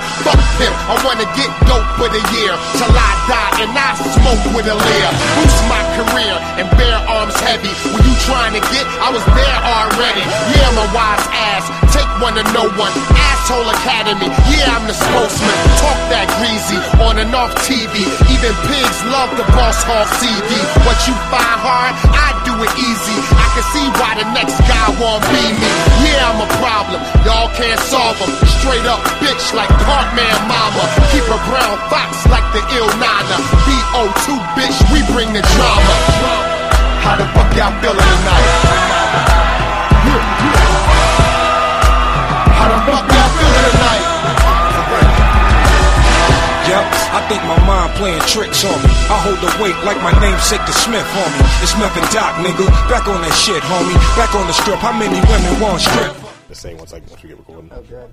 pimp. I wanna get dope for the year till I die and I smoke with a leer. Boost my career and bear arms heavy. When you trying to get, I was there already. Yeah, my wise ass, take one to no one. Asshole Academy, yeah, I'm the spokesman. Talk that greasy on and off TV. Even pigs love the boss hall CD. What you find hard, I do it easy. I can see why the next guy won't be me. Yeah, I'm a problem, y'all can't solve them. Straight up bitch like Parkman Mama. Keep a brown fox like the ill nana. BO2 bitch, we bring the drama. How the fuck y'all feeling tonight? How the fuck y'all feeling tonight? Yep, I think my mind playing tricks on me. I hold the weight like my namesake the Smith, homie. It's Meth and Doc, nigga. Back on that shit, homie. Back on the strip. How many women want strip? The same once I once we get recording. Oh, good.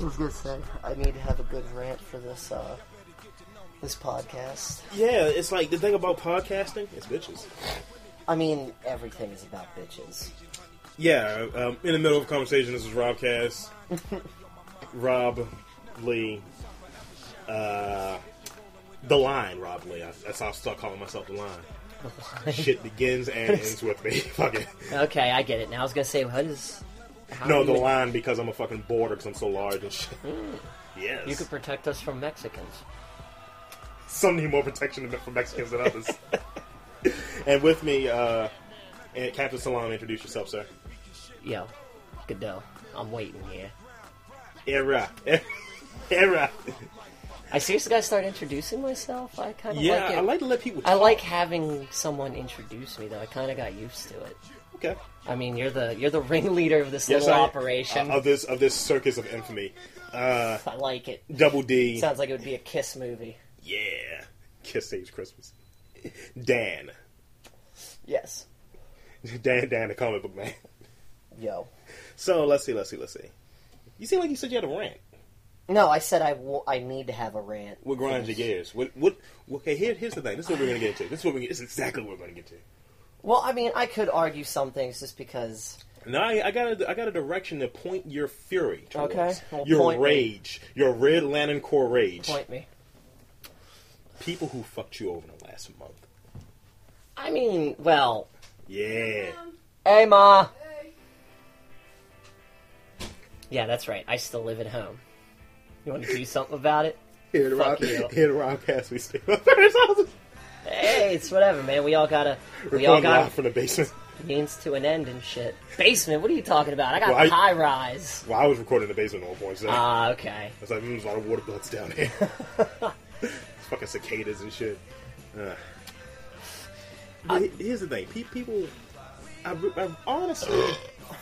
I was gonna say, I need to have a good rant for this uh, this podcast. Yeah, it's like the thing about podcasting, it's bitches. I mean, everything is about bitches. Yeah, um, in the middle of a conversation, this is Rob Cass, Rob Lee, uh, the line, Rob Lee. I, that's how I start calling myself the line. Shit begins and ends with me. Fuck it. Okay, I get it now. I was gonna say, what is? How No, do the you, Mm. line because I'm a fucking border because I'm so large and shit. Yes. You could protect us from Mexicans. Some need more protection from Mexicans than others. and with me, uh, and Captain Salam, introduce yourself, sir. Yo, Goodell, I'm waiting here. Era. Era. I seriously gotta start introducing myself. I kind of Yeah, like it. I like to let people. I talk. like having someone introduce me though. I kind of got used to it. Okay. I mean, you're the you're the ringleader of this Yes, little I- operation. of this of this circus of infamy. Uh, I like it. Double D. Sounds like it would be a kiss movie. yeah. Kiss Saves Christmas. Dan. Yes. Dan. Dan, the comic book man. Yo. So let's see. Let's see. Let's see. You seem like you said you had a rant. No, I said I wa- I need to have a rant. What grinds your gears? What? What? Okay. Here, here's the thing. This is what we're gonna get into. This is what we. This is exactly what we're gonna get to. Well, I mean, I could argue some things just because. Now I, I got a, I got a direction to point your fury towards. Okay, well, your point me. rage. Your red lantern core rage. Point me. People who fucked you over in the last month. I mean, well, Yeah. Hey, ma. yeah, that's right. I still live at home. You want to do something about it? Here the Rob, you. here the Rob Cass, we stay up there. It's awesome. Hey, it's whatever, man. We all gotta we all Recording live got from the basement. means to an end and shit. Basement? What are you talking about? I got Well, I- high rise. Well, I was recording in the basement at one point, so Ah, okay. it's like mm, there's a lot of water butts down here. It's fucking cicadas and shit. Ugh. But he- here's the thing, pe- people, I, re- I honestly,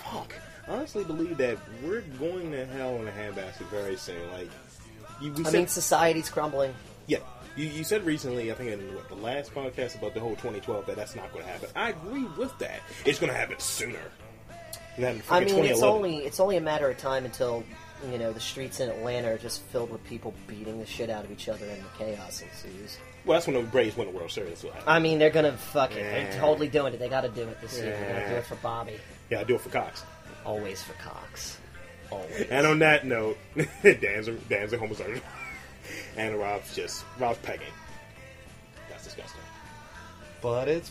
fuck, honestly believe that we're going to hell in a handbasket very soon. Like, you, we I said, mean, society's crumbling. yeah, you, you said recently, I think in what, the last podcast about the whole 2012 that that's not going to happen. I agree with that. It's going to happen sooner. Than fucking I mean, it's 2011. only it's only a matter of time until you know the streets in Atlanta are just filled with people beating the shit out of each other and the chaos ensues. Well, that's when the Braves won the World Series. That's what Uh, happened. I mean, they're gonna fuck it. Yeah. They're totally doing it. They gotta do it this year. They're Yeah. gonna do it for Bobby. yeah, I do it for Cox. Always for Cox. Always. And on that note, Dan's a, Dan's a homosexual. and Rob's just, Rob's pegging. That's disgusting. But it's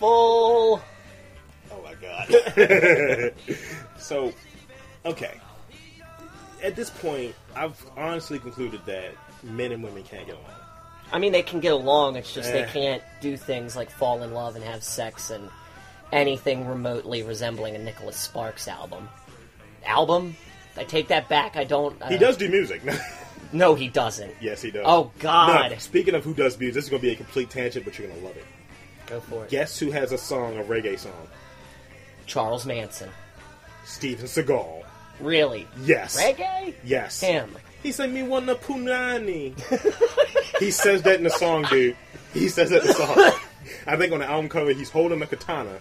wonderful. Oh my god. so, okay. At this point, I've honestly concluded that men and women can't get along. I mean, they can get along. It's just Yeah. they can't do things like fall in love and have sex and anything remotely resembling a Nicholas Sparks album. Album? I take that back. I don't. Uh, He does do music. No, he doesn't. Yes, he does. Oh, God. No, speaking of who does music, this is going to be a complete tangent, but you're going to love it. Go for it. Guess who has a song, a reggae song? Charles Manson. Steven Seagal. Really? Yes. Reggae? Yes. Him. He said, "Me want a punani." he says that in the song, dude. He says that in the song. I think on the album cover, he's holding a katana.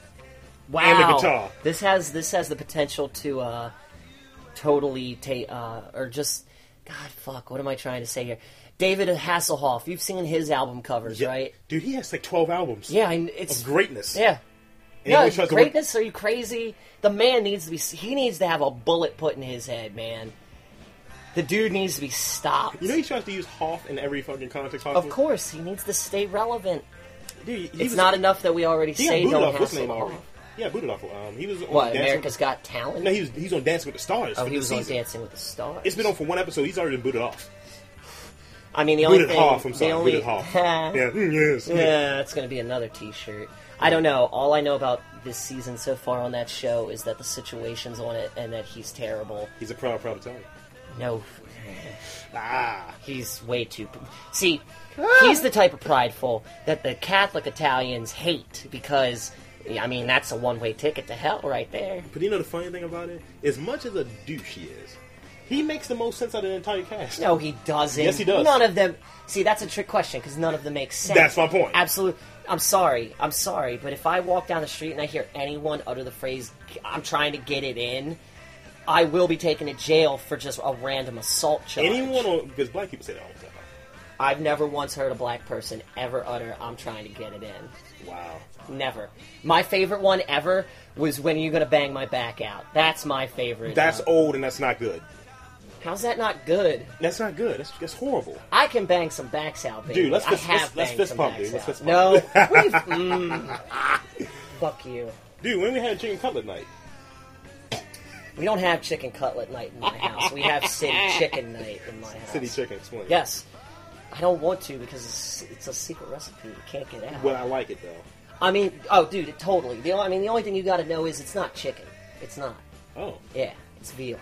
Wow. And the guitar. This has this has the potential to uh, totally take uh, or just God fuck. What am I trying to say here? David Hasselhoff. You've seen his album covers, right? Dude, he has like twelve albums. Yeah, and it's Of greatness. Yeah. And he no, always tries to work- greatness? Are you crazy? The man needs to be. He needs to have a bullet put in his head, man. The dude needs to be stopped. You know he tries to use Hoff in every fucking context possible. Of course, he needs to stay relevant. Dude, he- he It's was- not enough that we already He say got booted don't off. What's his hassle name Hoff. already? Yeah, booted off. Um, he was on What, Dancing America's with, Got Talent? No, he was he's on Dancing with the Stars. oh, for he the was on season. Dancing with the Stars. It's been on for one episode. He's already been booted off. I mean, the only Booted thing. Hoff. I'm the sorry. only- Booted Hoff. yeah. mm, yes. Yeah, it's going to be another T-shirt. I don't know. All I know about this season so far on that show is that the situation's on it and that he's terrible. He's a proud, proud Italian. No, Ah. he's way too. See, he's the type of prideful that the Catholic Italians hate because, I mean, that's a one-way ticket to hell right there. But you know the funny thing about it? As much as a douche he is, he makes the most sense out of the entire cast. No, he doesn't. Yes, he does. None of them. See, that's a trick question because none of them makes sense. That's my point. Absolutely. I'm sorry. I'm sorry, but if I walk down the street and I hear anyone utter the phrase "I'm trying to get it in," I will be taken to jail for just a random assault charge. Anyone on because black people say that all the time. I've never once heard a black person ever utter "I'm trying to get it in." Wow. Never. My favorite one ever was "When are you gonna bang my back out?" That's my favorite. That's one. old and that's not good. How's that not good? That's not good. That's that's horrible. I can bang some backs out, baby. Dude, let's I fist- let's- have let's banged fist some pump, backs dude. Let's out. fist pump. No, What do you- mm. fuck you. Dude, when we had chicken cutlet night, We don't have chicken cutlet night in my house. We have city chicken night in my house. city chicken, explain. Yes, I don't want to because it's, it's a secret recipe. You can't get out. Well, I like it though. I mean, oh, dude, it totally. The, only- I mean, the only thing you got to know is it's not chicken. It's not. Oh, Yeah, it's veal.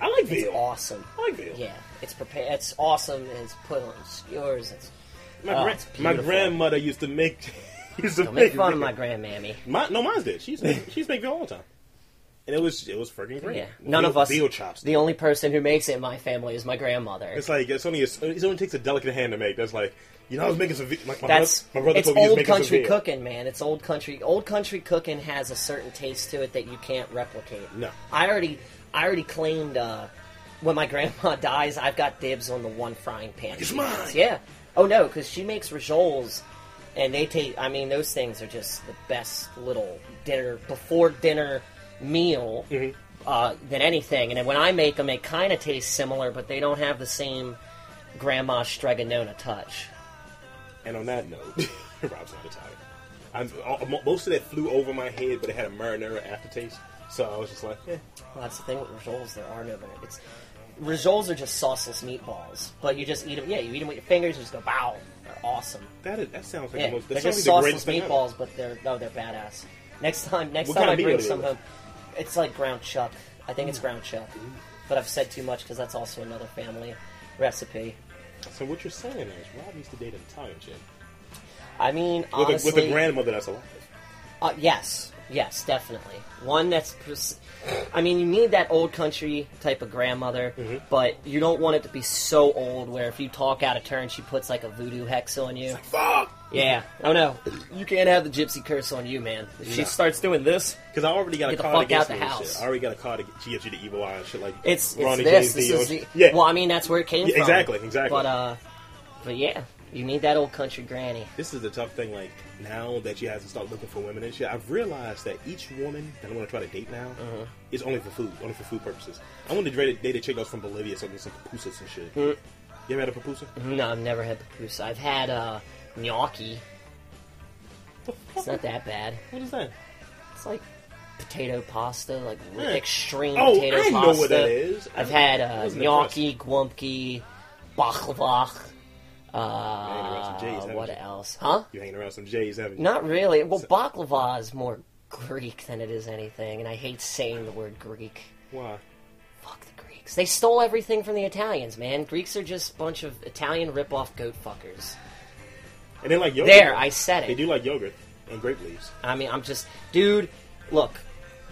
I like It's veal. awesome. I like veal. Yeah, it's prepared. It's awesome. And it's put on skewers. It's My, Oh, gra- it's my beautiful. grandmother used to make used to don't make make fun of veal. my grandmammy. My, no, mine's did. She's she's make veal all the time, and it was it was freaking great. Yeah, none Veal- of us. veal chops. The only person who makes it in my family is my grandmother. It's like it's only it's only takes a delicate hand to make. That's like you know I was making some ve- like my That's brother, my brother it's told me he was old making some country veal. cooking, man. It's old country. Old country cooking has a certain taste to it that you can't replicate. No. I already, I already claimed. Uh, when my grandma dies, I've got dibs on the one frying pan. It's she mine. has. Yeah. Oh no, because she makes rissoles, and they take. I mean, those things are just the best little dinner before dinner meal. Mm-hmm. Uh, than anything, and then when I make them, they kind of taste similar, but they don't have the same grandma streganona touch. And on that note, Rob's not Italian. I'm, all, mo- most of that flew over my head, but it had a marinara aftertaste. So I was just like, eh. Well, that's the thing with rissoles. There are no vinegar. It's rissoles are just sauceless meatballs, but you just eat them. Yeah, you eat them with your fingers. You just go bow. They're awesome. that, is, that sounds like Yeah, the most. they're That just sounds like the greatest sauceless thing. ever. meatballs, but they're no, they're badass. Next time, next What time kind I of meat bring are they Mm. some with? home, it's like ground chuck. I think it's ground chuck, but I've said too much because that's also another family recipe. So what you're saying is, Rob used to date an Italian chick I mean, with, a, honestly, with a grandmother that's alive. Uh, yes, yes, definitely. One that's, pres- I mean, you need that old country type of grandmother, Mm-hmm. but you don't want it to be so old where if you talk out of turn, she puts like a voodoo hex on you. Fuck. Yeah. Oh no, you can't have the gypsy curse on you, man. If she starts doing this, Because I already got Get a the card fuck against out me the and house. shit. I already got a card to get you the evil eye and shit like it's it's Ronnie this. James This Dio. is the, yeah. Well, I mean, that's where it came Yeah, from. exactly, exactly. But uh, but yeah, you need that old country granny. this is the tough thing. Like now that you have to start looking for women and shit, I've realized that each woman that I'm going to try to date now Uh-huh. is only for food, only for food purposes. I want to date, date a chick that's from Bolivia, so I can get some pupusas and Mm-hmm. shit. You ever had a pupusa? No, I've never had papusa. I've had uh, gnocchi. It's not that bad. What is that? It's like potato pasta, like r- Yeah. extreme Oh, potato I know pasta. what that is. I I've know- had I uh, wasn't gnocchi, guamki, baklava. hanging around some J's, Uh, haven't what you? else? Huh? You hanging around some J's, haven't you? Not really. Well, baklava is more Greek than it is anything, and I hate saying the word Greek. Why? Fuck the Greeks. They stole everything from the Italians, man. Greeks are just a bunch of Italian rip-off goat fuckers. And they like yogurt. There, I said They it. do like yogurt and grape leaves. I mean, I'm just, dude. Look,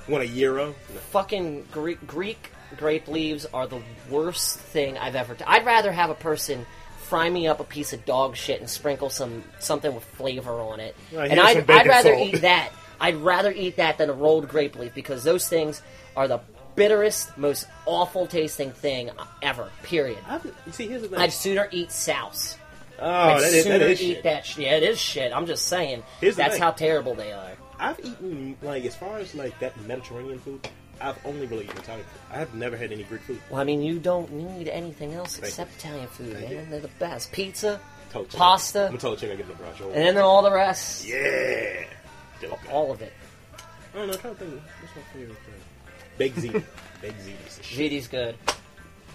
Want a euro? No. fucking Greek, Greek grape leaves are the worst thing I've ever. i I'd rather have a person fry me up a piece of dog shit and sprinkle some something with flavor on it, Yeah, and here's some I'd, baking I'd rather salt. eat that. I'd rather eat that than a rolled grape leaf because those things are the bitterest, most awful tasting thing ever. Period. I've, you see, here's the thing. I'd sooner eat souse. oh, I'd that is, sooner that is eat shit. that. Sh- yeah, it is shit. I'm just saying. Here's the that's thing. how terrible they are. I've eaten like as far as like that Mediterranean food. I've only really eaten Italian food. I have never had any Greek food. Well, I mean, you don't need anything else Thank except you. Italian food, Thank man. you. They're the best. Pizza, Tell the chick- pasta, I'm gonna tell the chick I get the brush. and then all the rest. yeah. All, All of it. I don't know. I'm trying to think. What's my favorite thing? Baked ziti. Baked ziti. is the shit. Ziti's good.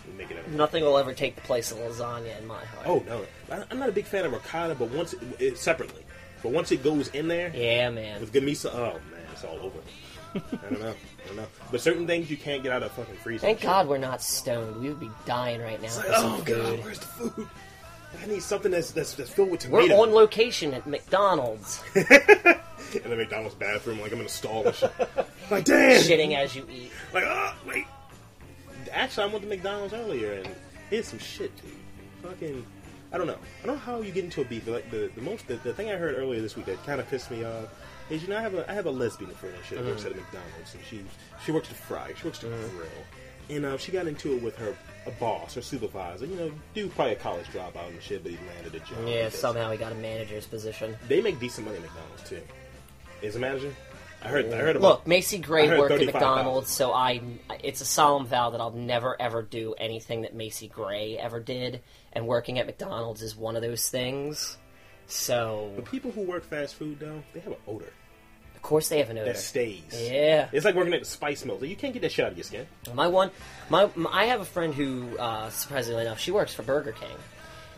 We make it up. Nothing will ever take the place of lasagna in my heart. Oh no, I- I'm not a big fan of ricotta, but once it, it, separately, but once it goes in there Yeah, man. with good miso, oh man, it's all over. I don't know, I don't know. But certain things you can't get out of fucking freezer. Thank God we're not stoned. We would be dying right now It's for like, some oh food. god, where's the food? I need something that's that's, that's filled with We're tomato. on location at McDonald's, in the McDonald's bathroom, like I'm in a stall. And shit. like damn, shitting as you eat. like oh wait. Actually, I went to McDonald's earlier and here's some shit, dude. Fucking, I don't know. I don't know how you get into a beef. but, Like the, the most the, the thing I heard earlier this week that kind of pissed me off is you know I have a I have a lesbian friend and shit Uh-huh. who works at a McDonald's and she she works to fry she works to grill and uh, she got into it with her a boss her supervisor you know dude probably a college dropout and shit but he landed a job Yeah, because- somehow we got a manager's position. they make decent money at McDonald's too. Is a manager? I heard. I heard about. Look, Macy Gray I heard worked at 35,000. McDonald's, so I it's a solemn vow that I'll never ever do anything that Macy Gray ever did, and working at McDonald's is one of those things. So, But people who work fast food though, they have an odor of course they have an odor. that stays. Yeah. It's like working at the spice mill. You can't get that shit out of your skin. My one, my, my I have a friend who, uh, surprisingly enough, she works for Burger King,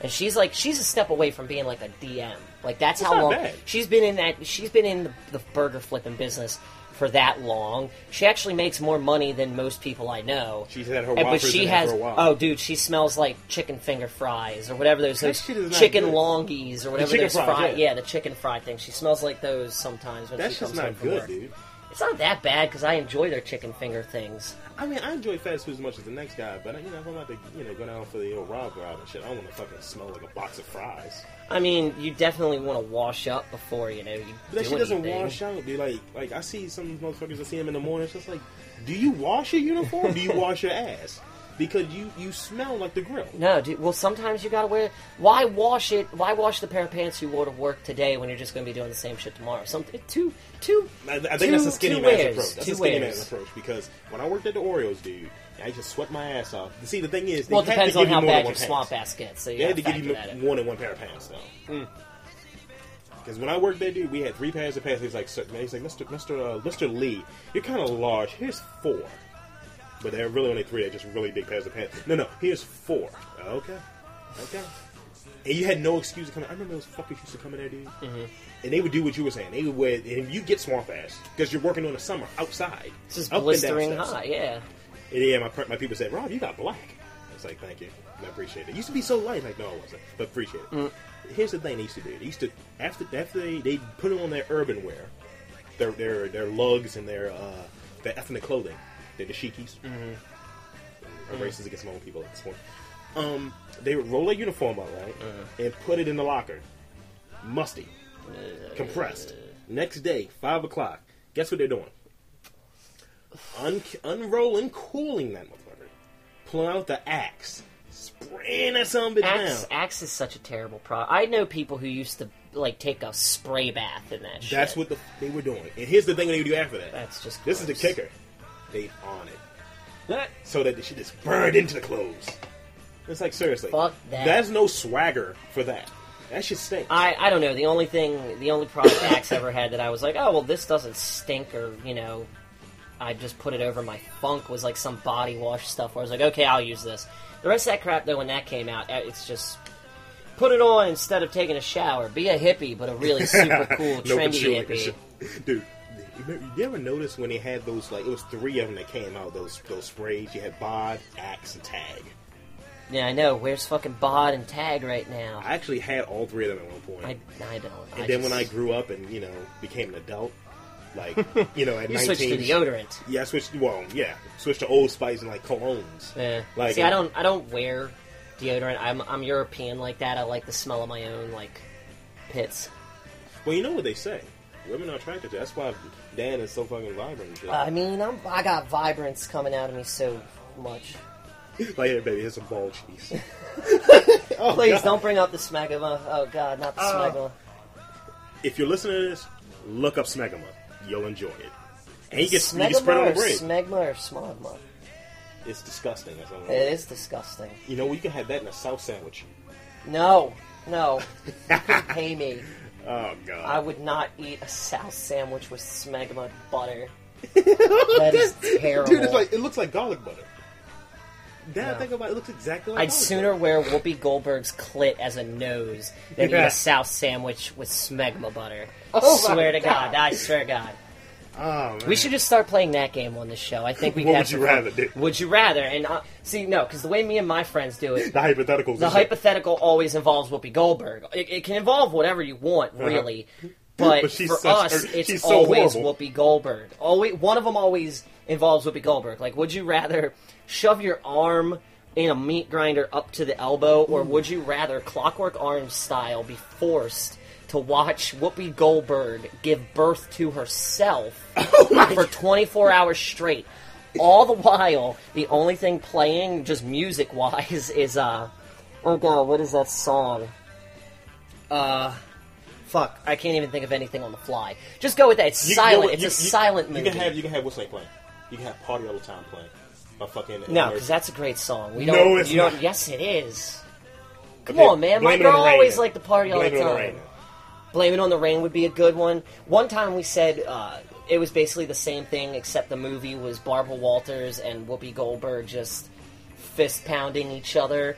and she's like she's a step away from being like a DM. Like that's, how not long bad. she's been in that. She's been in the, the burger flipping business for that long. She actually makes more money than most people I know. She's had her And- but Whoppers she in there has. for a while. Oh, dude, she smells like chicken finger fries or whatever those, those shit is not chicken good. longies or whatever chicken those fries, fry. yeah. the chicken fry thing. She smells like those sometimes when That's she just comes home not from good, work. dude. It's not that bad because I enjoy their chicken finger things. I mean, I enjoy fast food as much as the next guy, but you know, if I'm about to, you know, go down for the old Rob route and shit, I don't want to fucking smell like a box of fries. I mean, you definitely want to wash up before you know you But that do shit doesn't anything. wash out, dude. Like, like I see some motherfuckers. I see them in the morning. It's just like, do you wash your uniform? do you wash your ass? Because you you smell like the grill. No, dude, well, sometimes you gotta wear. Why wash it? Why wash the pair of pants you wore to work today when you're just gonna be doing the same shit tomorrow? Something too, too. I, I think two- that's a skinny two man's wears, approach. That's two a skinny wears. man's approach because when I worked at the Oreos, dude, I just sweat my ass off. See, the thing is, they Well, it had depends to on give you how more than bad one your swamp pants. ass gets. So you They had to gotta give you factor that in. more than one pair of pants though. Because when I worked there, dude, we had three pairs of pants. He's like, sir, man, he's like, Mister, Mister, uh, Mister Lee, you're kind of large. Here's four, but they're really only three. They're just really big pairs of pants. No, no, here's four. Okay, okay. And you had no excuse to come. in. I remember those fuckers used to come in there, dude. Mm-hmm. And they would do what you were saying. They would wear, and you get swamp ass because you're working in the summer outside. It's just up and down blistering steps. hot. Yeah. And yeah, my, per- my people said, Rob, you got black. I was like, thank you. I appreciate it. It used to be so light. Like, no, I wasn't. But appreciate it. Here's the thing they used to do. They used to, after, after they, they put it on their urban wear, their their, their lugs and their, uh, their ethnic clothing, their dashikis. Mm-hmm. I'm racist against my own people at this point. Um, they would roll a uniform up, right? And put it in the locker. Musty. compressed. Next day, 5 o'clock. Guess what they're doing? un- unrolling, cooling that motherfucker, pulling out the axe, spraying that son of a bitch Axe, down. axe is such a terrible product. I know people who used to like take a spray bath in that. shit. That's what the, they were doing. And here's the thing they would do after that. That's just this is gross. the kicker. They on it so that the shit just burned into the clothes. It's like seriously, Fuck that. There's no swagger for that. That shit stinks. I, I don't know. The only thing, the only product Axe ever had that I was like, oh, well, this doesn't stink, or, you know, I just put it over my funk was like some body wash stuff where I was like, okay, I'll use this. The rest of that crap, though, when that came out, uh, it's just put it on instead of taking a shower. Be a hippie, but a really super cool, No trendy control, like a hippie. shit. Dude, you remember- you ever notice when they had those like it was three of them that came out those those sprays? You had bod, axe, and tag. Yeah, I know. Where's fucking Bod and Tag right now? I actually had all three of them at one point. I, I don't. And then when I grew up and you know became an adult, like you know at You 19, switched to deodorant. Yeah, I switched. Well, yeah, switched to Old Spice and like colognes. Yeah. Like, Eh. See, I don't, I don't wear deodorant. I'm, I'm European like that. I like the smell of my own like pits. Well, you know what they say. Women are attracted to. That's why Dan is so fucking vibrant. and shit. I mean, I'm, I got vibrance coming out of me so much. like, here, baby, here's some ball cheese. Oh, Please don't bring up the smegma. Oh God, not the Uh, smegma. if you're listening to this, look up Smegma. You'll enjoy it. And he gets, he Smegma gets spread on or the bread. smegma or smogma. it's disgusting. That's all I know. It is disgusting. You know, you can have that in a south sandwich. No, no. You could pay me. Oh God! I would not eat a souse sandwich with smegma butter. That is terrible. Dude, it's like it looks like garlic butter. Now I No. think about it, it looks exactly like. I'd garlic sooner wear Whoopi Goldberg's clit as a nose than eat Yeah. a South sandwich with smegma butter. Oh my swear to God. I swear to God. butter. Oh, man. We should just start playing that game on the show. I think we. What have would you some fun. rather do? Would you rather? And uh, see, no, because the way me and my friends do it, The hypotheticals. the is like- hypothetical always involves Whoopi Goldberg. It, it can involve whatever you want, Uh-huh. really. But, But she's for such- us, her- it's she's so always horrible. Whoopi Goldberg. Always, one of them always involves Whoopi Goldberg. Like, would you rather shove your arm in a meat grinder up to the elbow, or would you rather Clockwork Orange style be forced to watch Whoopi Goldberg give birth to herself Oh for 24 hours straight? All the while, the only thing playing, just music wise, is uh, Oh god, what is that song? Uh, fuck, I can't even think of anything on the fly. Just go with that. It's You- you know silent. what? it's You- a you- silent You movie. can have you can have what's name playing. You can have party all the time playing. A fucking no, because that's a great song. We No, don't. it's you don't. not. Yes, it is. Come Okay, on, man. My blame it on girl the rain always then. liked to party all Blame the it on the time. rain then. Blame It on the Rain would be a good one. One time we said uh, it was basically the same thing, except the movie was Barbara Walters and Whoopi Goldberg just fist pounding each other,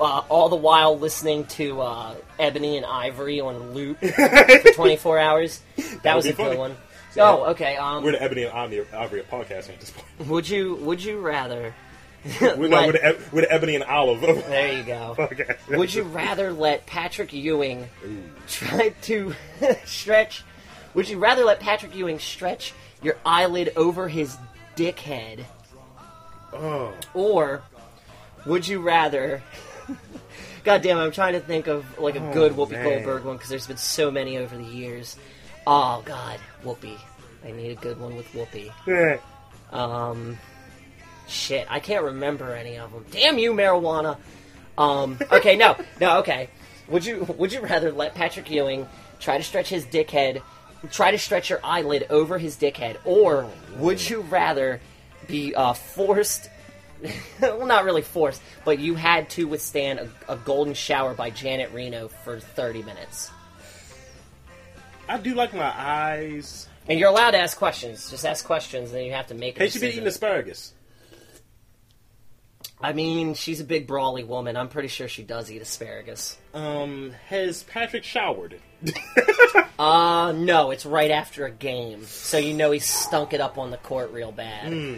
uh, all the while listening to uh, Ebony and Ivory on loop for 24 hours. That, was would a be funny. good one. See, oh, okay. Um, We're the Ebony and Ivory, Ivory of podcasting at this point. would you would you rather? We're, no, Like- we're, the, Eb- we're the Ebony and Olive of There you go. podcasting. Would you rather let Patrick Ewing try to stretch? Would you rather let Patrick Ewing stretch your eyelid over his dickhead? Oh. Or would you rather? God damn, I'm trying to think of like a good Whoopi man. Goldberg one because there's been so many over the years. Oh God, Whoopi! I need a good one with Whoopi. Shit, I can't remember any of them. Damn you, marijuana. Um, okay, no, no, okay. Would you would you rather let Patrick Ewing try to stretch his dickhead, try to stretch your eyelid over his dickhead, or would you rather be uh, forced? well, not really forced, but you had to withstand a, a golden shower by Janet Reno for thirty minutes. I do like my eyes. And you're allowed to ask questions. Just ask questions, and then you have to make. a Hey, she been decision. eating asparagus. I mean, she's a big brawly woman. I'm pretty sure she does eat asparagus. Um, has Patrick showered? No, it's right after a game, so you know he stunk it up on the court real bad. Hmm.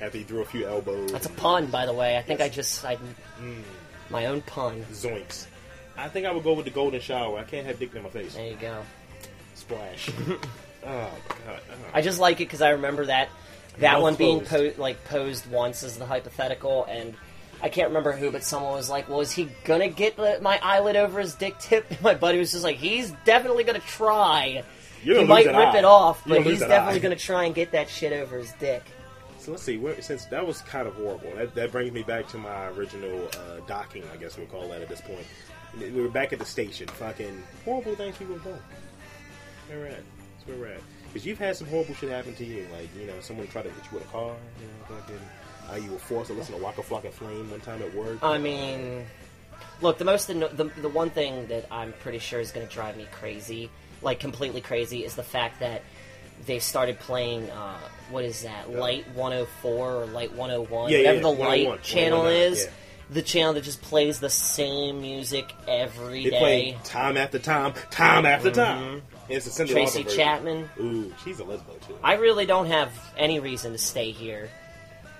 After he threw a few elbows. That's a pun, by the way. I think I just I Hmm. my own pun. Zoinks. I think I would go with the golden shower. I can't have dick in my face. There you go. Splash. oh, God. Oh. I just like it because I remember that that Mouth one being po- closed. like posed once as the hypothetical, and I can't remember who, but someone was like, "Well, is he gonna get the, my eyelid over his dick tip?" And my buddy was just like, "He's definitely gonna try. You're he gonna might lose rip that eye. it off, You're but gonna lose he's that definitely eye." gonna try and get that shit over his dick." So let's see. Where, since that was kind of horrible, that, that brings me back to my original uh, docking, I guess we'll call that at this point. We were back at the station. Fucking horrible things people have done. Where we're at. That's where we're at. Because you've had some horrible shit happen to you. Like, you know, someone tried to hit you with a car. You know, fucking. Uh, you were forced to listen to Waka Flocka Flame one time at work. I mean, look, the most anno- the, the one thing that I'm pretty sure is going to drive me crazy, like completely crazy, is the fact that they started playing uh, what is that Light 104 or Light 101, Yeah, yeah, whatever yeah, the 101, Light channel 119, is. oh yeah. The channel that just plays the same music every They day. play time after time, time after time. And It's a Cindy Mm-hmm. Tracy Lauper version. Chapman. Ooh, she's a lesbo too. I really don't have any reason to stay here.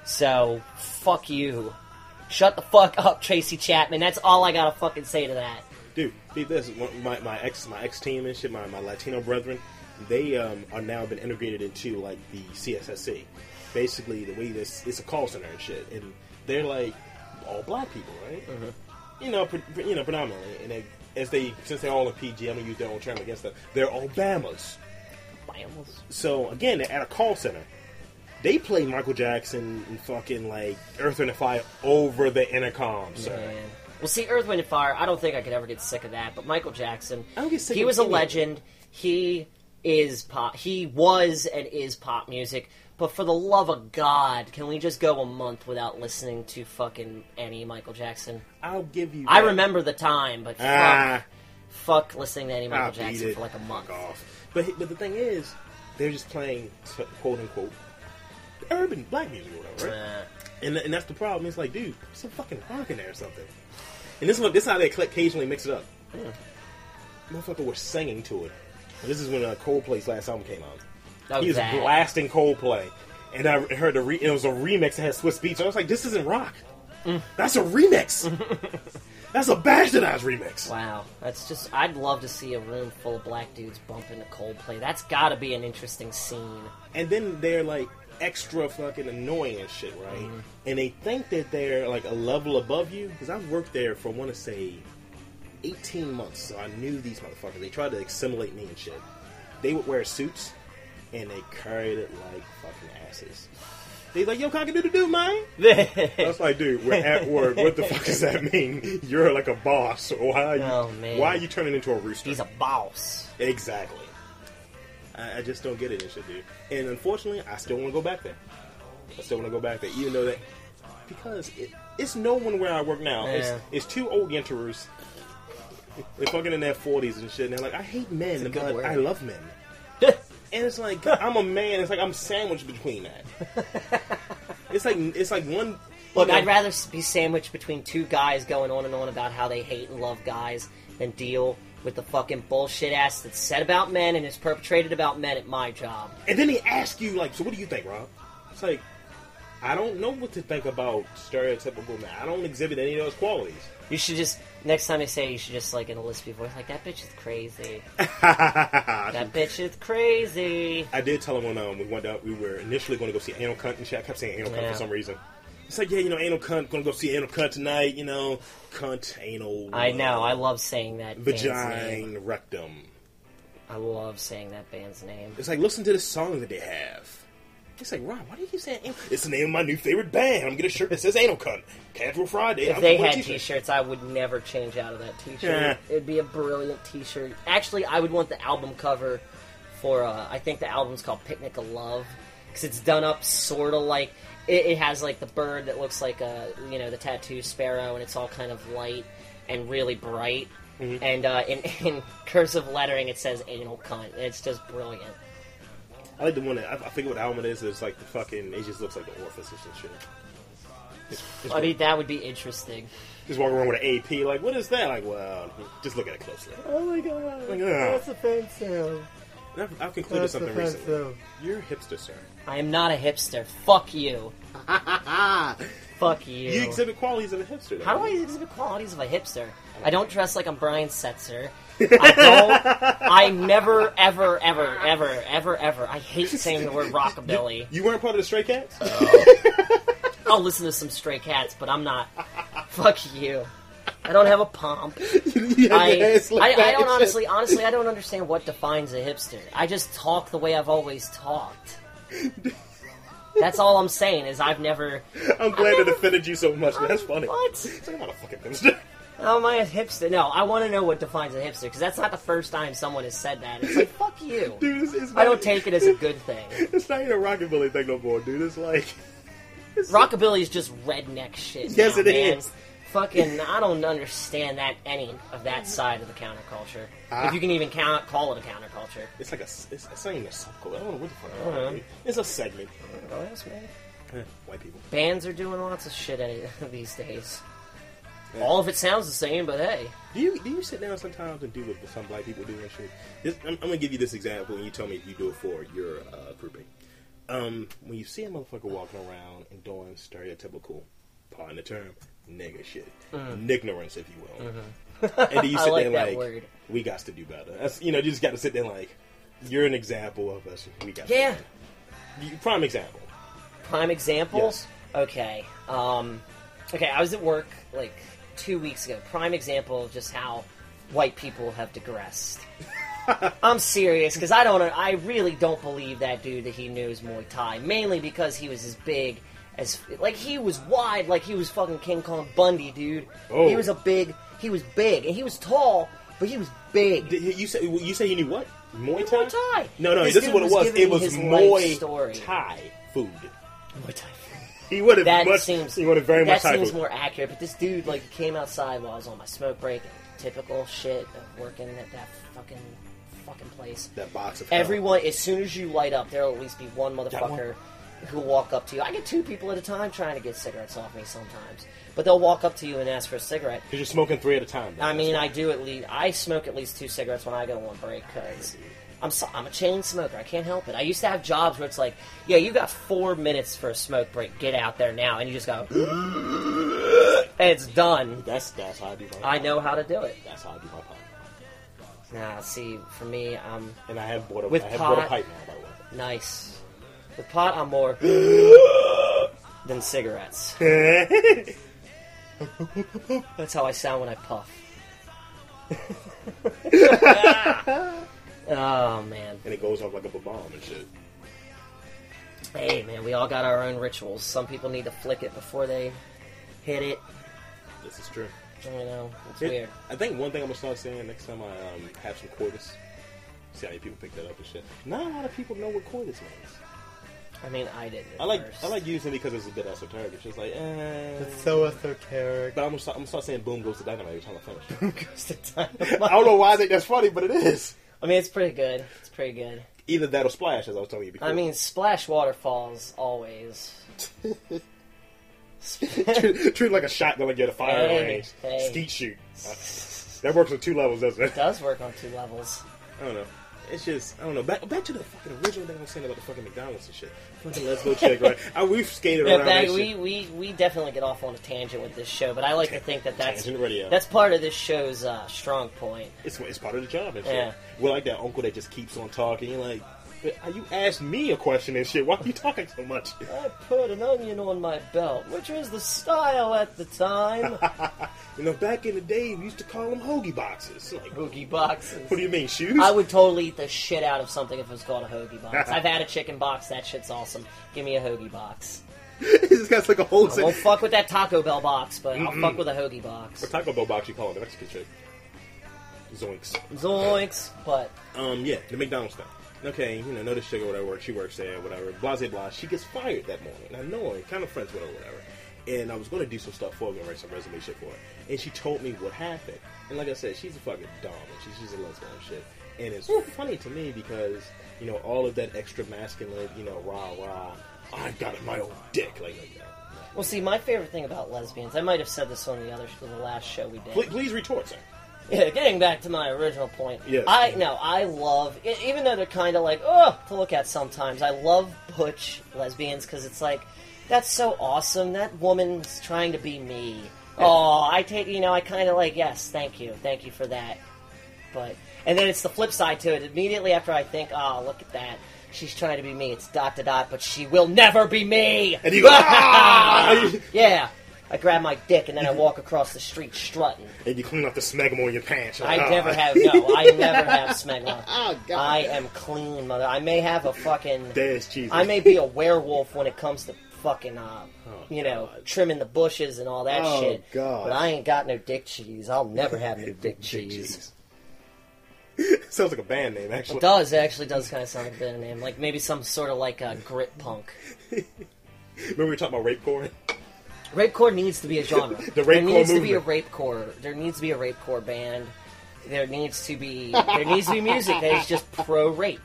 So, fuck you. Shut the fuck up, Tracy Chapman. That's all I gotta fucking say to that. Dude, see this. My, my ex, my ex team and shit, my, my Latino brethren, they um, are now been integrated into like the CSSC. Basically, the way this it's a call center and shit, and they're like all black people, right? You know, pre- pre- you know, predominantly, and they, as they since they're all in PG, I'm gonna use their own term against them. They're all Bamas. Bambles. So again, they're at a call center. They play Michael Jackson and fucking like Earth and Fire over the intercom, sir. Man. Well, see, Earth, Wind, and Fire, I don't think I could ever get sick of that, but Michael Jackson, I don't get sick he of was a any of it. legend. He is pop. He was and is pop music. But for the love of God, can we just go a month without listening to fucking any Michael Jackson? I'll give you. I that. remember the time, but fuck, Ah, fuck listening to any Michael I'll beat Jackson it. for like a month. Fuck off. But he- but the thing is, they're just playing t- quote unquote urban black music or whatever, right? Uh, And, and that's the problem. It's like, dude, put some fucking rock in there or something. And this is what this is how they occasionally mix it up. Motherfucker was singing to it. And this is when uh, Coldplay's last album came out. Oh, he was that. blasting Coldplay, and I heard the re- it was a remix that had Swiss Beats. I was like, this isn't rock. Mm. That's a remix. That's a bastardized remix. wow, that's just. I'd love to see a room full of black dudes bumping to Coldplay. That's got to be an interesting scene. and then they're like extra fucking annoying and shit, right? Mm-hmm. And they think that they're like a level above you because I've worked there for I want to say eighteen months, so I knew these motherfuckers. They tried to assimilate me and shit. They would wear suits and they carried it like fucking asses. They like, yo, cock-a-doodle-doo, man. I was like, dude, we're at work. What the fuck does that mean? You're like a boss. Why are you, Oh, man. Why are you turning into a rooster? He's a boss. Exactly. I, I just don't get it and shit, dude. And unfortunately, I still want to go back there. I still want to go back there, even though that because it, it's no one where I work now. Yeah. It's, it's two old enterers. They're fucking in their forties and shit. And they're like, I hate men, good but word. I love men. and it's like I'm a man. It's like I'm sandwiched between that. it's like it's like one. Look, you know, I'd rather s- be sandwiched between two guys going on and on about how they hate and love guys than deal with the fucking bullshit ass that's said about men and is perpetrated about men at my job. And then they ask you, like, so what do you think, Rob? It's like, I don't know what to think about stereotypical men. I don't exhibit any of those qualities. You should just next time they say it, you should just like in a lispy voice like that bitch is crazy. that bitch is crazy. I did tell him when um, we went out, we were initially going to go see Anal Cunt and shit. I kept saying Anal Cunt Yeah. for some reason. It's like, yeah, you know, Anal Cunt, going to go see Anal Cunt tonight, you know, cunt, anal. I know. I uh, love saying that. band's name. Vagina, rectum. I love saying that band's name. It's like, listen to the song that they have. It's like, Rob, why do you keep saying anal? It's the name of my new favorite band. I'm going to get a shirt that says Anal Cunt. Casual Friday. If I'm they gonna wear a had t-shirt. T-shirts, I would never change out of that T-shirt. Yeah. It'd be a brilliant T-shirt. Actually, I would want the album cover for. Uh, I think the album's called "Picnic of Love" because it's done up sort of like it, it has like the bird that looks like a you know the tattoo sparrow, and it's all kind of light and really bright. Mm-hmm. And uh, in, in cursive lettering, it says "anal cunt." It's just brilliant. I like the one that I, I forget what album it is. It's like the fucking. It just looks like the Orifice or some shit. Just, I mean, that would be interesting. just walk around with an AP. Like, what is that? Like, well, just look at it closely. Oh my god, Like, ugh. offensive. And I've, I've concluded something recently. You're a hipster, sir. I am not a hipster. Fuck you. Fuck you. You exhibit qualities of a hipster. Though. How do I exhibit qualities of a hipster? I don't dress like I'm Brian Setzer. I don't. I never, ever, ever, ever, ever, ever. I hate saying the word rockabilly. You weren't part of the Stray Cats. I'll listen to some stray cats, but I'm not. Fuck you. I don't have a pomp. Yeah, yeah, I, it's I, like that I and don't shit. honestly, honestly, I don't understand what defines a hipster. I just talk the way I've always talked. That's all I'm saying is I've never. I'm glad it offended you so much. That's funny. What? It's like I'm not a fucking hipster. Oh, am I a hipster? No, I want to know what defines a hipster because that's not the first time someone has said that. It's like fuck you. Dude, it's, it's I don't not- take it as a good thing. It's not even a rockabilly thing no more, dude. It's like Rockabilly is just redneck shit. Yes, now, it man. is. Fucking, I don't understand that any of that side of the counterculture. Ah. if you can even count, call it a counterculture. it's like a it's, it's not even a subculture. I don't know what the fuck. dude. It's a segment. Don't ask me. White people. Bands are doing lots of shit any- these days. All of it sounds the same, but hey, Do you do you sit down sometimes and do what some black people do and shit? This, I'm, I'm gonna give you this example, and you tell me if you do it for your uh, grouping. Um, when you see a motherfucker walking around and doing stereotypical, pardon the term, nigga shit, Mm-hmm. ignorance, if you will, and then you I sit like there that like, word. we got to do better. That's, you know, you just got to sit there like, you're an example of us. We got yeah. to, you- prime example. prime examples? Yes. Okay. Um, okay, I was at work like two weeks ago. Prime example of just how white people have digressed. I'm serious because I don't. I really don't believe that dude that he knew is Muay Thai. Mainly because he was as big as like he was wide, like he was fucking King Kong Bundy, dude. Oh. He was a big. He was big and he was tall, but he was big. Did- You say you say you knew what? Muay Thai? Muay Thai. No, no, This this, is dude what it was was. giving It me was his life story. Muay Thai food. Muay Thai. He would have That much. seems he would have very that much Thai seems food. more accurate. But this dude like came outside while I was on my smoke break. and Typical shit of working at that fucking fucking place. that box of hell. Everyone, as soon as you light up, there'll at least be one Got one? motherfucker who'll walk up to you. I get two people at a time trying to get cigarettes off me sometimes, but they'll walk up to you and ask for a cigarette. 'Cause you're smoking three at a time. I mean, I do at least. I smoke at least two cigarettes when I go on break because I'm so, I'm a chain smoker. I can't help it. I used to have jobs where it's like, yeah, you got four minutes for a smoke break. Get out there now, and you just go, and it's done. that's that's how I do my. I know how to do it. That's how I do my pipe. Now, see, for me, um, I'm And I have bought a, With I have bought a pot. pipe now. By the way. nice. With pot, I'm more than cigarettes. That's how I sound when I puff. oh man. And it goes off like a bomb and shit. Hey man, we all got our own rituals. Some people need to flick it before they hit it. This is true. You know, it's It- weird. I think one thing I'm gonna start saying next time I um, have some quarters. See how many people pick that up and shit. Not a lot of people know what quarters means. I mean, I didn't. at I like first. I like using it because it's a bit esoteric. It's just like, eh. so esoteric. But I'm gonna, start, I'm gonna start saying "boom goes the dynamite" every time I finish. Goes to time. I don't know why I think that's funny, but it is. I mean, it's pretty good. It's pretty good. Either that or splash, as I was telling you before. I mean, splash waterfalls always. treat, treat it like a shotgun, like you're at a firing Hey, range. hey. Skeet shoot. Uh, That works on two levels, doesn't it? does work on two levels. I don't know. It's just I don't know. Back, back to the fucking original thing I was saying about the fucking McDonald's and shit. Fucking let's go check, right? I, we've skated Yeah, around bag, that we, shit. we we definitely get off on a tangent with this show, but I like to think that that's Tangent radio. that's part of this show's uh, strong point. It's, it's part of the job and shit. Yeah. We're like that uncle that just keeps on talking. You're like, "But, uh, you asked me a question and shit. Why are you talking so much? I put an onion on my belt, which was the style at the time. You know, back in the day, we used to call them hoagie boxes. Like, what Boogie boxes. do you mean shoes? Oh. I would totally eat the shit out of something if it was called a hoagie box. I've had a chicken box. That shit's awesome. Give me a hoagie box. this guy's like a whole. I won't fuck with that Taco Bell box, but I'll fuck with a hoagie box. Taco Bell box you call it the Mexican chick. Zoinks. Zoinks! But Um, yeah, the McDonald's thing. Okay, you know, notice chick or whatever, she works there, whatever, blah, blah, blah. She gets fired that morning. And I know her, kind of friends with her, whatever. And I was going to do some stuff for her, going to write some resume shit for her. And she told me what happened. And like I said, she's a fucking dom, and she's, she's a lesbian and shit. And it's funny to me because, you know, all of that extra masculine, you know, rah, rah, I've got it my own dick. Like, like that. well, see, my favorite thing about lesbians, I might have said this on the other, the last show we did. Please, please retort, sir. Yeah, getting back to my original point. Yes. I no, I love e- even though they're kind of like oh to look at sometimes. I love butch lesbians because it's like that's so awesome. That woman's trying to be me. Oh, I take you know I kind of like yes, thank you, thank you for that. But and then it's the flip side to it. Immediately after I think, oh look at that, she's trying to be me. It's dot to dot, but she will never be me. And you go, ah! yeah. I grab my dick and then I walk across the street strutting. And you clean off the smegma on your pants. You're I like, "Ah." never have no. I never have smegma. Oh, I am clean, mother. I may have a fucking. There's Jesus. I may be a werewolf when it comes to fucking, uh, you know, trimming the bushes and all that Oh, shit. God. But I ain't got no dick cheese. I'll never have no dick cheese. Sounds like a band name, actually. It does it actually does kind of sound like a bit of a name, like maybe some sort of like a grit punk. Remember we were talking about rape porn? Rapecore needs to be a genre. The there rapecore needs to be a movement. rapecore. There needs to be a rapecore band. There needs to be there needs to be music that is just pro rape.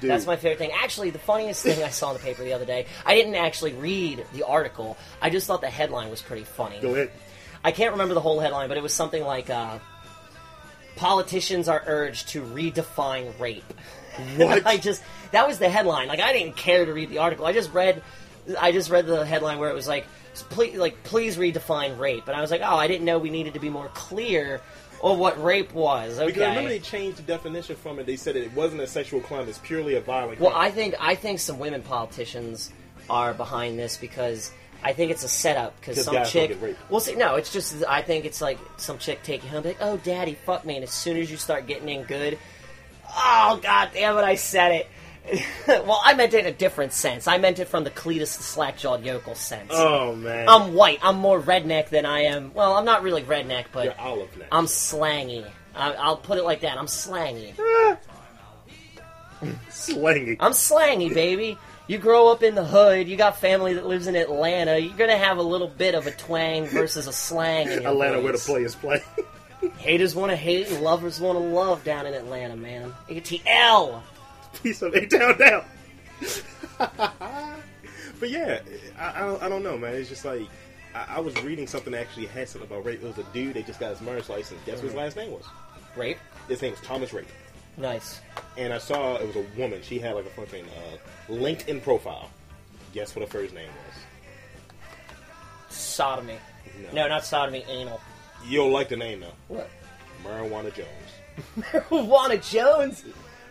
Dude. That's my favorite thing. Actually, the funniest thing I saw in the paper the other day, I didn't actually read the article. I just thought the headline was pretty funny. Go ahead. I can't remember the whole headline, but it was something like uh, politicians are urged to redefine rape. What? I just that was the headline. Like I didn't care to read the article. I just read I just read the headline where it was like please like please redefine rape. And I was like, "Oh, I didn't know we needed to be more clear on what rape was." Okay. Because remember they changed the definition from it. They said it wasn't a sexual crime; it's purely a violent. Well, crime. I think I think some women politicians are behind this because I think it's a setup because 'Cause some guys don't chick. get raped. Well, see, no, it's just I think it's like some chick taking home like, oh, daddy, fuck me, and as soon as you start getting in good, oh god damn it, I said it. well, I meant it in a different sense. I meant it from the Cletus the slack jawed yokel sense. oh man, I'm white. I'm more redneck than I am. Well, I'm not really redneck, but You're olive neck. I'm slangy. I, I'll put it like that. I'm slangy. Slangy. I'm slangy, baby. You grow up in the hood. You got family that lives in Atlanta. You're gonna have a little bit of a twang versus a slang. In your Atlanta, voice. where the players play. Haters want to hate and lovers want to love down in Atlanta, man. ATL. piece of eight down down. but yeah, I, I, don't- I don't know, man. It's just like I, I was reading something that actually had something about rape. It was a dude that just got his marriage license. Guess Mm-hmm. what his last name was? Rape. His name was Thomas Rape. Nice. And I saw it was a woman. She had like a fucking uh, LinkedIn profile. Guess what her first name was? Sodomy. No. No, not sodomy. Anal. You'll like the name though. What? Marijuana Jones. Marijuana Jones.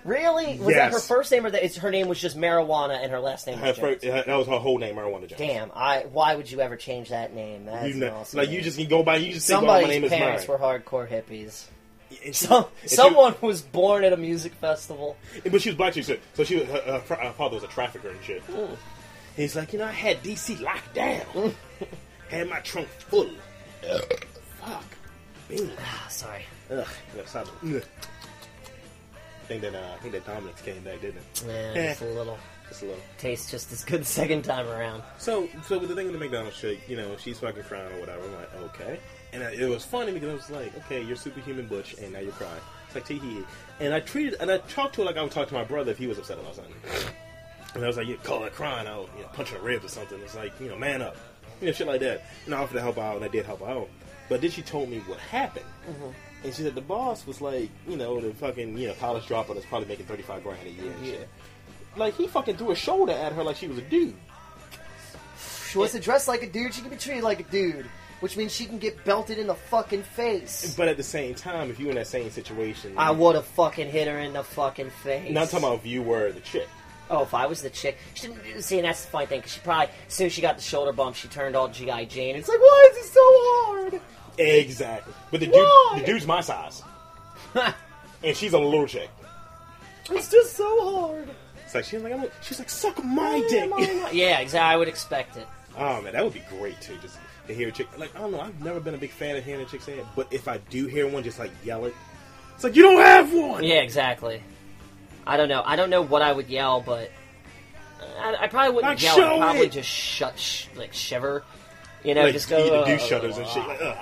Really? Was that her Yes. first name, or that it's, her name was just marijuana and her last name Her was fir- Jones? that was her whole name, Marijuana Jones. Damn! I why would you ever change that name? That's You an know, awesome like name. you just can go by. You just think, oh, my somebody's name is parents mine. were hardcore hippies. And she- Some, and she- someone was born at a music festival. But she was black, she said. So she was, her, her, fr- her father was a trafficker and shit. Hmm. He's like, you know, I had DC locked down. Hmm. had my trunk full. Fuck. Bing. Ah, sorry. Ugh. Left side of- Ugh. I think that uh, I think that Dominic's came back, didn't it? Yeah, just a little. Just a little. Tastes just as good the second time around. So, so with the thing with the McDonald's shake, you know, she's fucking crying or whatever. I'm like, okay. And I, it was funny because I was like, okay, you're superhuman Butch, and now you're crying. It's like teehee. And I treated and I talked to her like I would talk to my brother if he was upset about something. And I was like, you call her crying, I'll you know, punch her in the ribs or something. It's like, you know, man up, you know, shit like that. And I offered to help her out, and I did help her out. But then she told me what happened. And she said the boss was like, you know, the fucking you know college dropout that's probably making thirty five grand a year. And shit. Like he fucking threw a shoulder at her like she was a dude. She wants to dress like a dude. She can be treated like a dude, which means she can get belted in the fucking face. But at the same time, if you're in that same situation, I would have fucking hit her in the fucking face. Not talking about if you were the chick. Oh, if I was the chick, she didn't see, and that's the funny thing. Cause she probably as soon as she got the shoulder bump, she turned all GI Jane. It's like, why is it so hard? Exactly. But the Why? dude, the dude's my size, and she's a little chick. it's just so hard. It's like she's like, I'm like she's like, suck my dick. yeah, exactly. I would expect it. oh man, that would be great too. Just to hear a chick. Like I don't know, I've never been a big fan of hearing a chick say it, but if I do hear one, just like yell it. It's like you don't have one. Yeah, exactly. I don't know. I don't know what I would yell, but I, I probably wouldn't Like, yell. show I'd probably it! just shut, sh- like shiver. You know, like, just go. you the uh, do shutters and uh, shit. Like, ugh,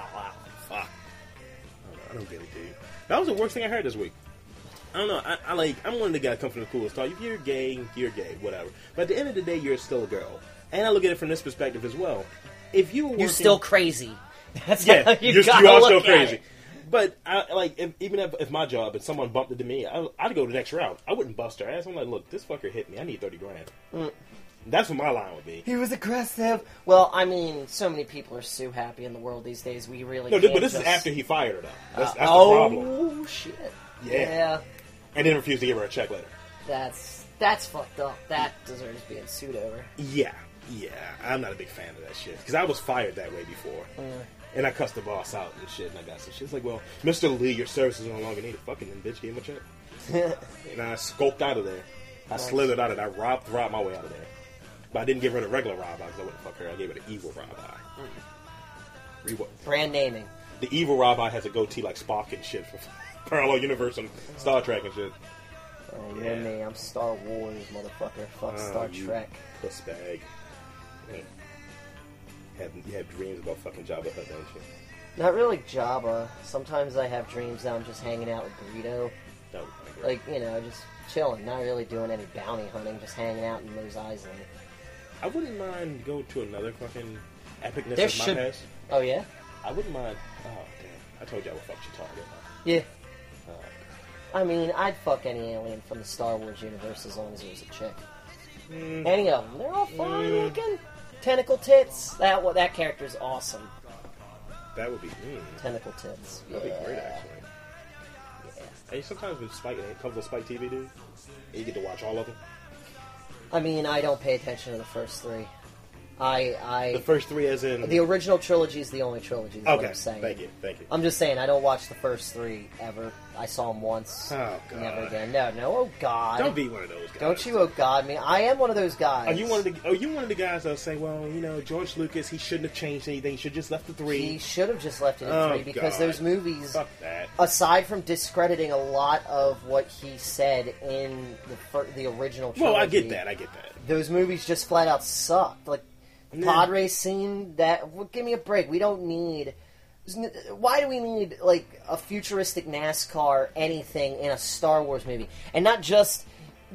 fuck. I don't, know, I don't get it, dude. That was the worst thing I heard this week. I don't know. I, I like. I'm one of the guys come from the coolest talk. If you're gay, you're gay, whatever. But at the end of the day, you're still a girl. And I look at it from this perspective as well. If you were You're working- still crazy. That's how yeah, you you're, gotta you are look still at crazy. it. But I like if, even if, if my job and someone bumped into me, I, I'd go the next route. I wouldn't bust her ass. I'm like, look, this fucker hit me. I need thirty grand. Mm. That's what my line would be. He was aggressive. Well, I mean, so many people are so happy in the world these days. We really No, can't th- but this just- is after he fired her, though. That's, that's the problem. oh shit! Yeah. yeah, and then refused to give her a check letter. that's that's fucked up. That deserves being sued over. Yeah, yeah, I'm not a big fan of that shit because I was fired that way before, and I cussed the boss out and shit, and I got some shit. It's like, well, Mister Lee, your services no longer needed. Fucking then, bitch, give him a check. and I skulked out of there. I slithered out of there. I robbed, robbed my way out of there. But I didn't give her the regular rob eye because I wouldn't fuck her. I gave her the evil rob eye. Rewa- Brand naming. The evil rob eye has a goatee like Spock and shit from Parallel Universe and Star Trek and shit. Oh, Yeah. yeah. me. I'm Star Wars, motherfucker. Fuck Star Oh, you Trek. Puss bag. Yeah. Have, you have dreams about fucking Jabba Hutt, don't you? Not really Jabba. Sometimes I have dreams that I'm just hanging out with Burrito. That would be great. Like, you know, just chilling. Not really doing any bounty hunting. Just hanging out in Mose Eisley. I wouldn't mind going to another fucking epicness There of should- my past. Oh, yeah? I wouldn't mind. Oh damn! I told you I would fuck Chitara. Didn't I? Yeah. Oh, I mean, I'd fuck any alien from the Star Wars universe as long as it was a chick. Mm. Any of them. They're all fine looking. Tentacle tits. That wa- that character's awesome. that would be. Mm, Tentacle tits. that would be great actually. Yeah. Hey, sometimes with Spike, it comes with Spike TV, dude. You get to watch all of them. I mean, I don't pay attention to the first three. I, I The first three, as in The original trilogy is the only trilogy. Is what Okay, I'm saying. thank you, thank you. I'm just saying I don't watch the first three ever. I saw them once. Oh, God. Never again. No, no. Oh God. Don't be one of those guys. Don't you? Oh God, me. I am one of those guys. Are you one of the? Are you one of the guys that'll say, "Well, you know, George Lucas, he shouldn't have changed anything. He should just left the He three. should have just left it at Oh, three because God. those movies, Fuck that. aside from discrediting a lot of what he said in the fir- the original trilogy, well, I get that. I get that. those movies just flat out sucked. Like the Yeah. Padres scene, that well, give me a break. We don't need. Why do we need like a futuristic NASCAR anything in a Star Wars movie, and not just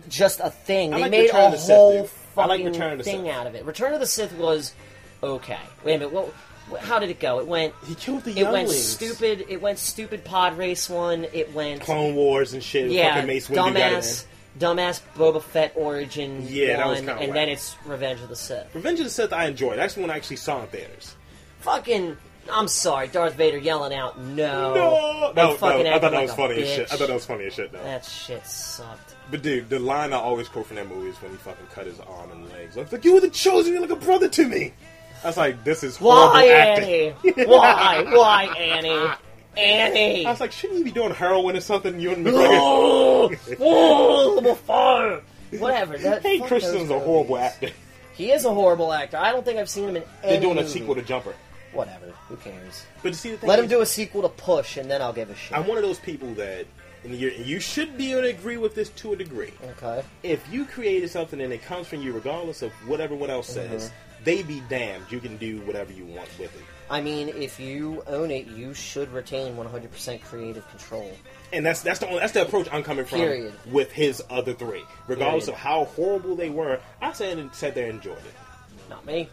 just a thing? They like made Return a of the Sith, whole dude. I fucking like Return of the thing Sith. out of it. Return of the Sith was okay. Wait a minute, what? what- How did it go? It went. He killed the It went younglings. stupid. It went stupid. Pod race one. It went Clone Wars and shit. yeah, fucking Mace Windu got it. dumbass, dumbass Boba Fett origin. Yeah, that was one, kinda and whack. then it's Revenge of the Sith. Revenge of the Sith. I enjoyed. That's the one I actually saw in theaters. Fucking, I'm sorry, Darth Vader yelling out, no, No, And no, no. Oh, fucking I thought acting that like was a funny as bitch. shit. I thought that was funny as shit. though. That shit sucked. But dude, the line I always quote from that movie is when he fucking cut his arm and legs. I was like, "You were the chosen. You're like a brother to me." I was like, "This is horrible Why, acting." Annie? Why, why, Annie? Annie, I was like, "Shouldn't you be doing heroin or something?" You and McGregor. Oh, oh, number five. Whatever. That, Hey, fuck Christian's those a horrible movies. actor. He is a horrible actor. I don't think I've seen him in. They're any doing a movie. sequel to Jumper. Whatever. Who cares? But you see, the thing Let is, him do a sequel to Push, and then I'll give a shit. I'm one of those people that, and you you should be able to agree with this to a degree. okay. If you created something and it comes from you, regardless of what everyone else Mm-hmm. says, they be damned. You can do whatever you want with it, I mean, if you own it, you should retain 100% creative control. and that's that's the only, that's the approach I'm coming from Period. with his other three. Regardless Period. of how horrible they were, I said and said they enjoyed it. Not me.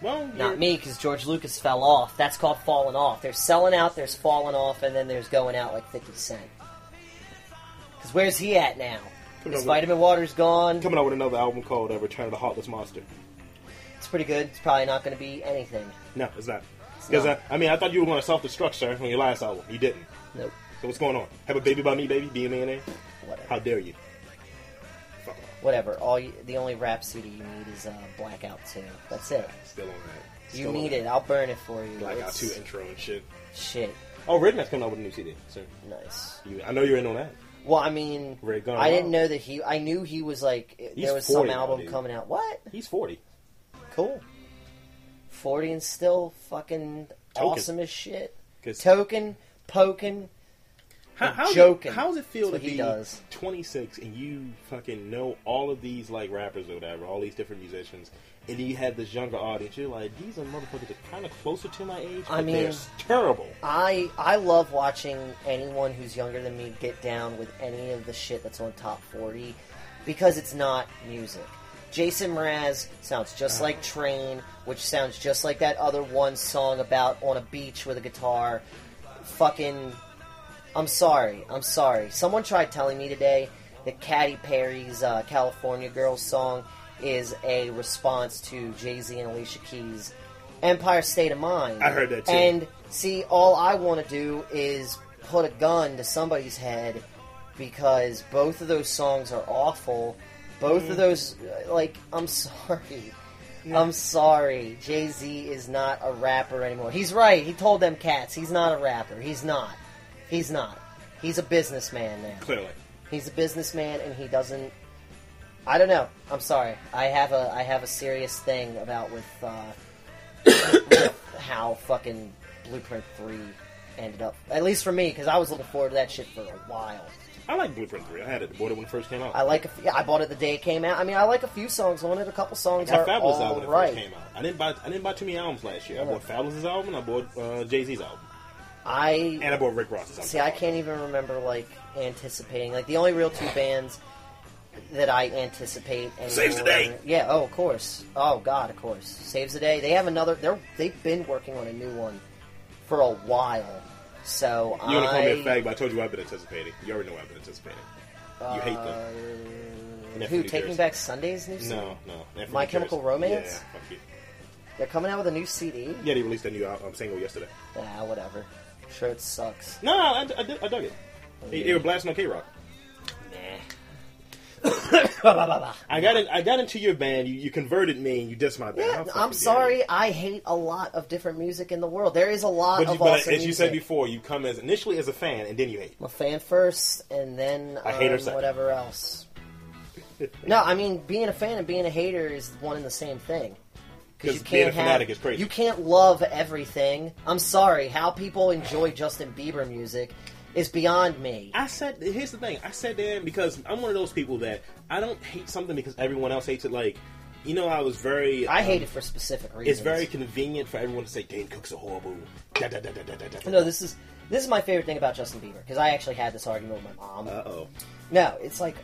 Well, you're- Not me, because George Lucas fell off. That's called falling off. There's selling out, there's falling off, and then there's going out like 50 Cent. Because where's he at now? Coming His up with- vitamin water's gone. Coming out with another album called uh, "Return of the Heartless Monster." It's pretty good. It's probably not going to be anything. No, it's not. Because uh, not. I, I mean, I thought you were going to self-destruct, sir, on your last album. You didn't. Nope. So what's going on? Have a baby by me, baby. Be a millionaire. Whatever. How dare you? Fuck off. Whatever. All you, the only rap CD you need is uh, Blackout 2. That's it. Still on that. you need it. I'll burn it for you. Like our It's- two intro and shit. Shit. Oh, Redneck's coming out with a new CD. So Nice. you, I know you're in on that. Well, I mean, Ray Gunn. I didn't know that he. I knew he was like there was some 40 now, album dude. coming out. What? He's forty. Cool. Forty and still fucking Token. awesome as shit. 'Cause- Token, poking. How, how's joking. It, how does it feel That's what to he be does. 26 and you fucking know all of these like rappers or whatever, all these different musicians, and then you have this younger audience? You're like, these are motherfuckers that are kind of closer to my age. I but mean- they're s- terrible. I I love watching anyone who's younger than me get down with any of the shit that's on top forty because it's not music. Jason Mraz sounds Uh-huh. just like Train, which sounds just like that other one song about on a beach with a guitar. Fucking I'm sorry. I'm sorry. Someone tried telling me today that Katy Perry's uh, California Girls song is a response to Jay Z and Alicia Keys' Empire State of Mind. I heard that too. And see, all I want to do is put a gun to somebody's head because both of those songs are awful. Both of those, uh, like, I'm sorry. I'm sorry. Jay Z is not a rapper anymore. He's right. He told them cats he's not a rapper. He's not. He's not. He's a businessman now. Clearly. He's a businessman, and he doesn't. I don't know. I'm sorry. I have a I have a serious thing about with, uh, with how fucking Blueprint Three ended up. At least for me, because I was looking forward to that shit for a while. I like Blueprint 3. I had it. Bought it when it first came out. I like. A f- yeah, I bought it the day it came out. I mean, I like a few songs on it. A couple songs I are got Fabulous album all when it right. first came out. I didn't buy I didn't buy too many albums last year. I bought Fabulous's album. I bought uh, Jay Z's album, I and I bought Rick Ross's album. See, I can't even remember like anticipating. Like the only real two bands that I anticipate. Anymore, Saves the Day! Yeah. Oh, of course. Oh God, of course. Saves the day. They have another. They're they've been working on a new one for a while. So You I. want to call me a fag, but I told you I've been anticipating. You already know I've been anticipating. You hate them. And they're from Uh, Who New taking Jersey. back Sunday's new? CD? No, no. they're from My New Jersey. Chemical Romance? Yeah, fuck you. They're coming out with a new CD. Yeah, they released a new album, single yesterday. Ah, whatever. Sure, it sucks. No, I, I, did- I dug it. They, they were blasting on K Rock. Nah. I got in, I got into your band. You, you converted me, and you dissed my band. I'll Yeah, fucking I'm get it. sorry. uh, I hate a lot of different music in the world. There is a lot But, you, of but as awesome you music. said before, you come as initially as a fan, and then you hate. I'm a fan first, and then A hater um, second. whatever else. no, I mean being a fan and being a hater is one and the same thing. Because being a can't fanatic have- is crazy. You can't love everything. I'm sorry. How people enjoy Justin Bieber music is beyond me. I said, here's the thing. I said that because I'm one of those people that I don't hate something because everyone else hates it. Like, you know, I was very. I hate um, it for specific reasons. It's very convenient for everyone to say Dane Cook's a horrible. Da, da, da, da, da, da, da. No, this is this is my favorite thing about Justin Bieber because I actually had this argument with my mom. Uh oh. no, it's like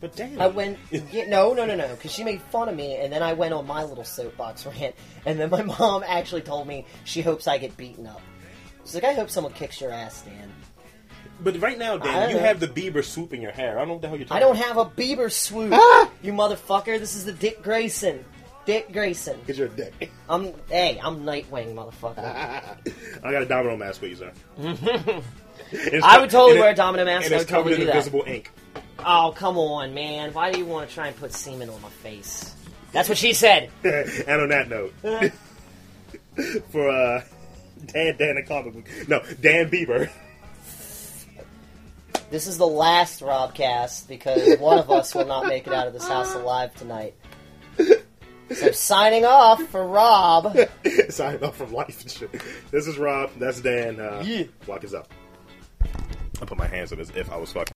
But damn. I went. yeah, no, no, no, no. Because she made fun of me, and then I went on my little soapbox rant, and then my mom actually told me she hopes I get beaten up. She's like, I hope someone kicks your ass, Dan. But right now, I Dan, don't you know. have the Bieber swoop in your hair. I don't know what the hell you're talking I don't about. have a Bieber swoop, you motherfucker. This is the Dick Grayson. Dick Grayson. Because you're a dick. I'm hey, I'm Nightwing, motherfucker. I got a domino mask for you, sir. It's I co- would totally and it- wear a domino mask. And I it's would covered totally in do that. invisible ink. oh come on, man. Why do you want to try and put semen on my face? That's what she said. and on that note, for uh, Dan, Dan the comic book, no, Dan Bieber. This is the last Robcast because one of us will not make it out of this house alive tonight. So signing off for Rob. Signing off from life and shit. This is Rob. That's Dan. Uh, Yeah. Walk is up. I put my hands on as if I was fucking.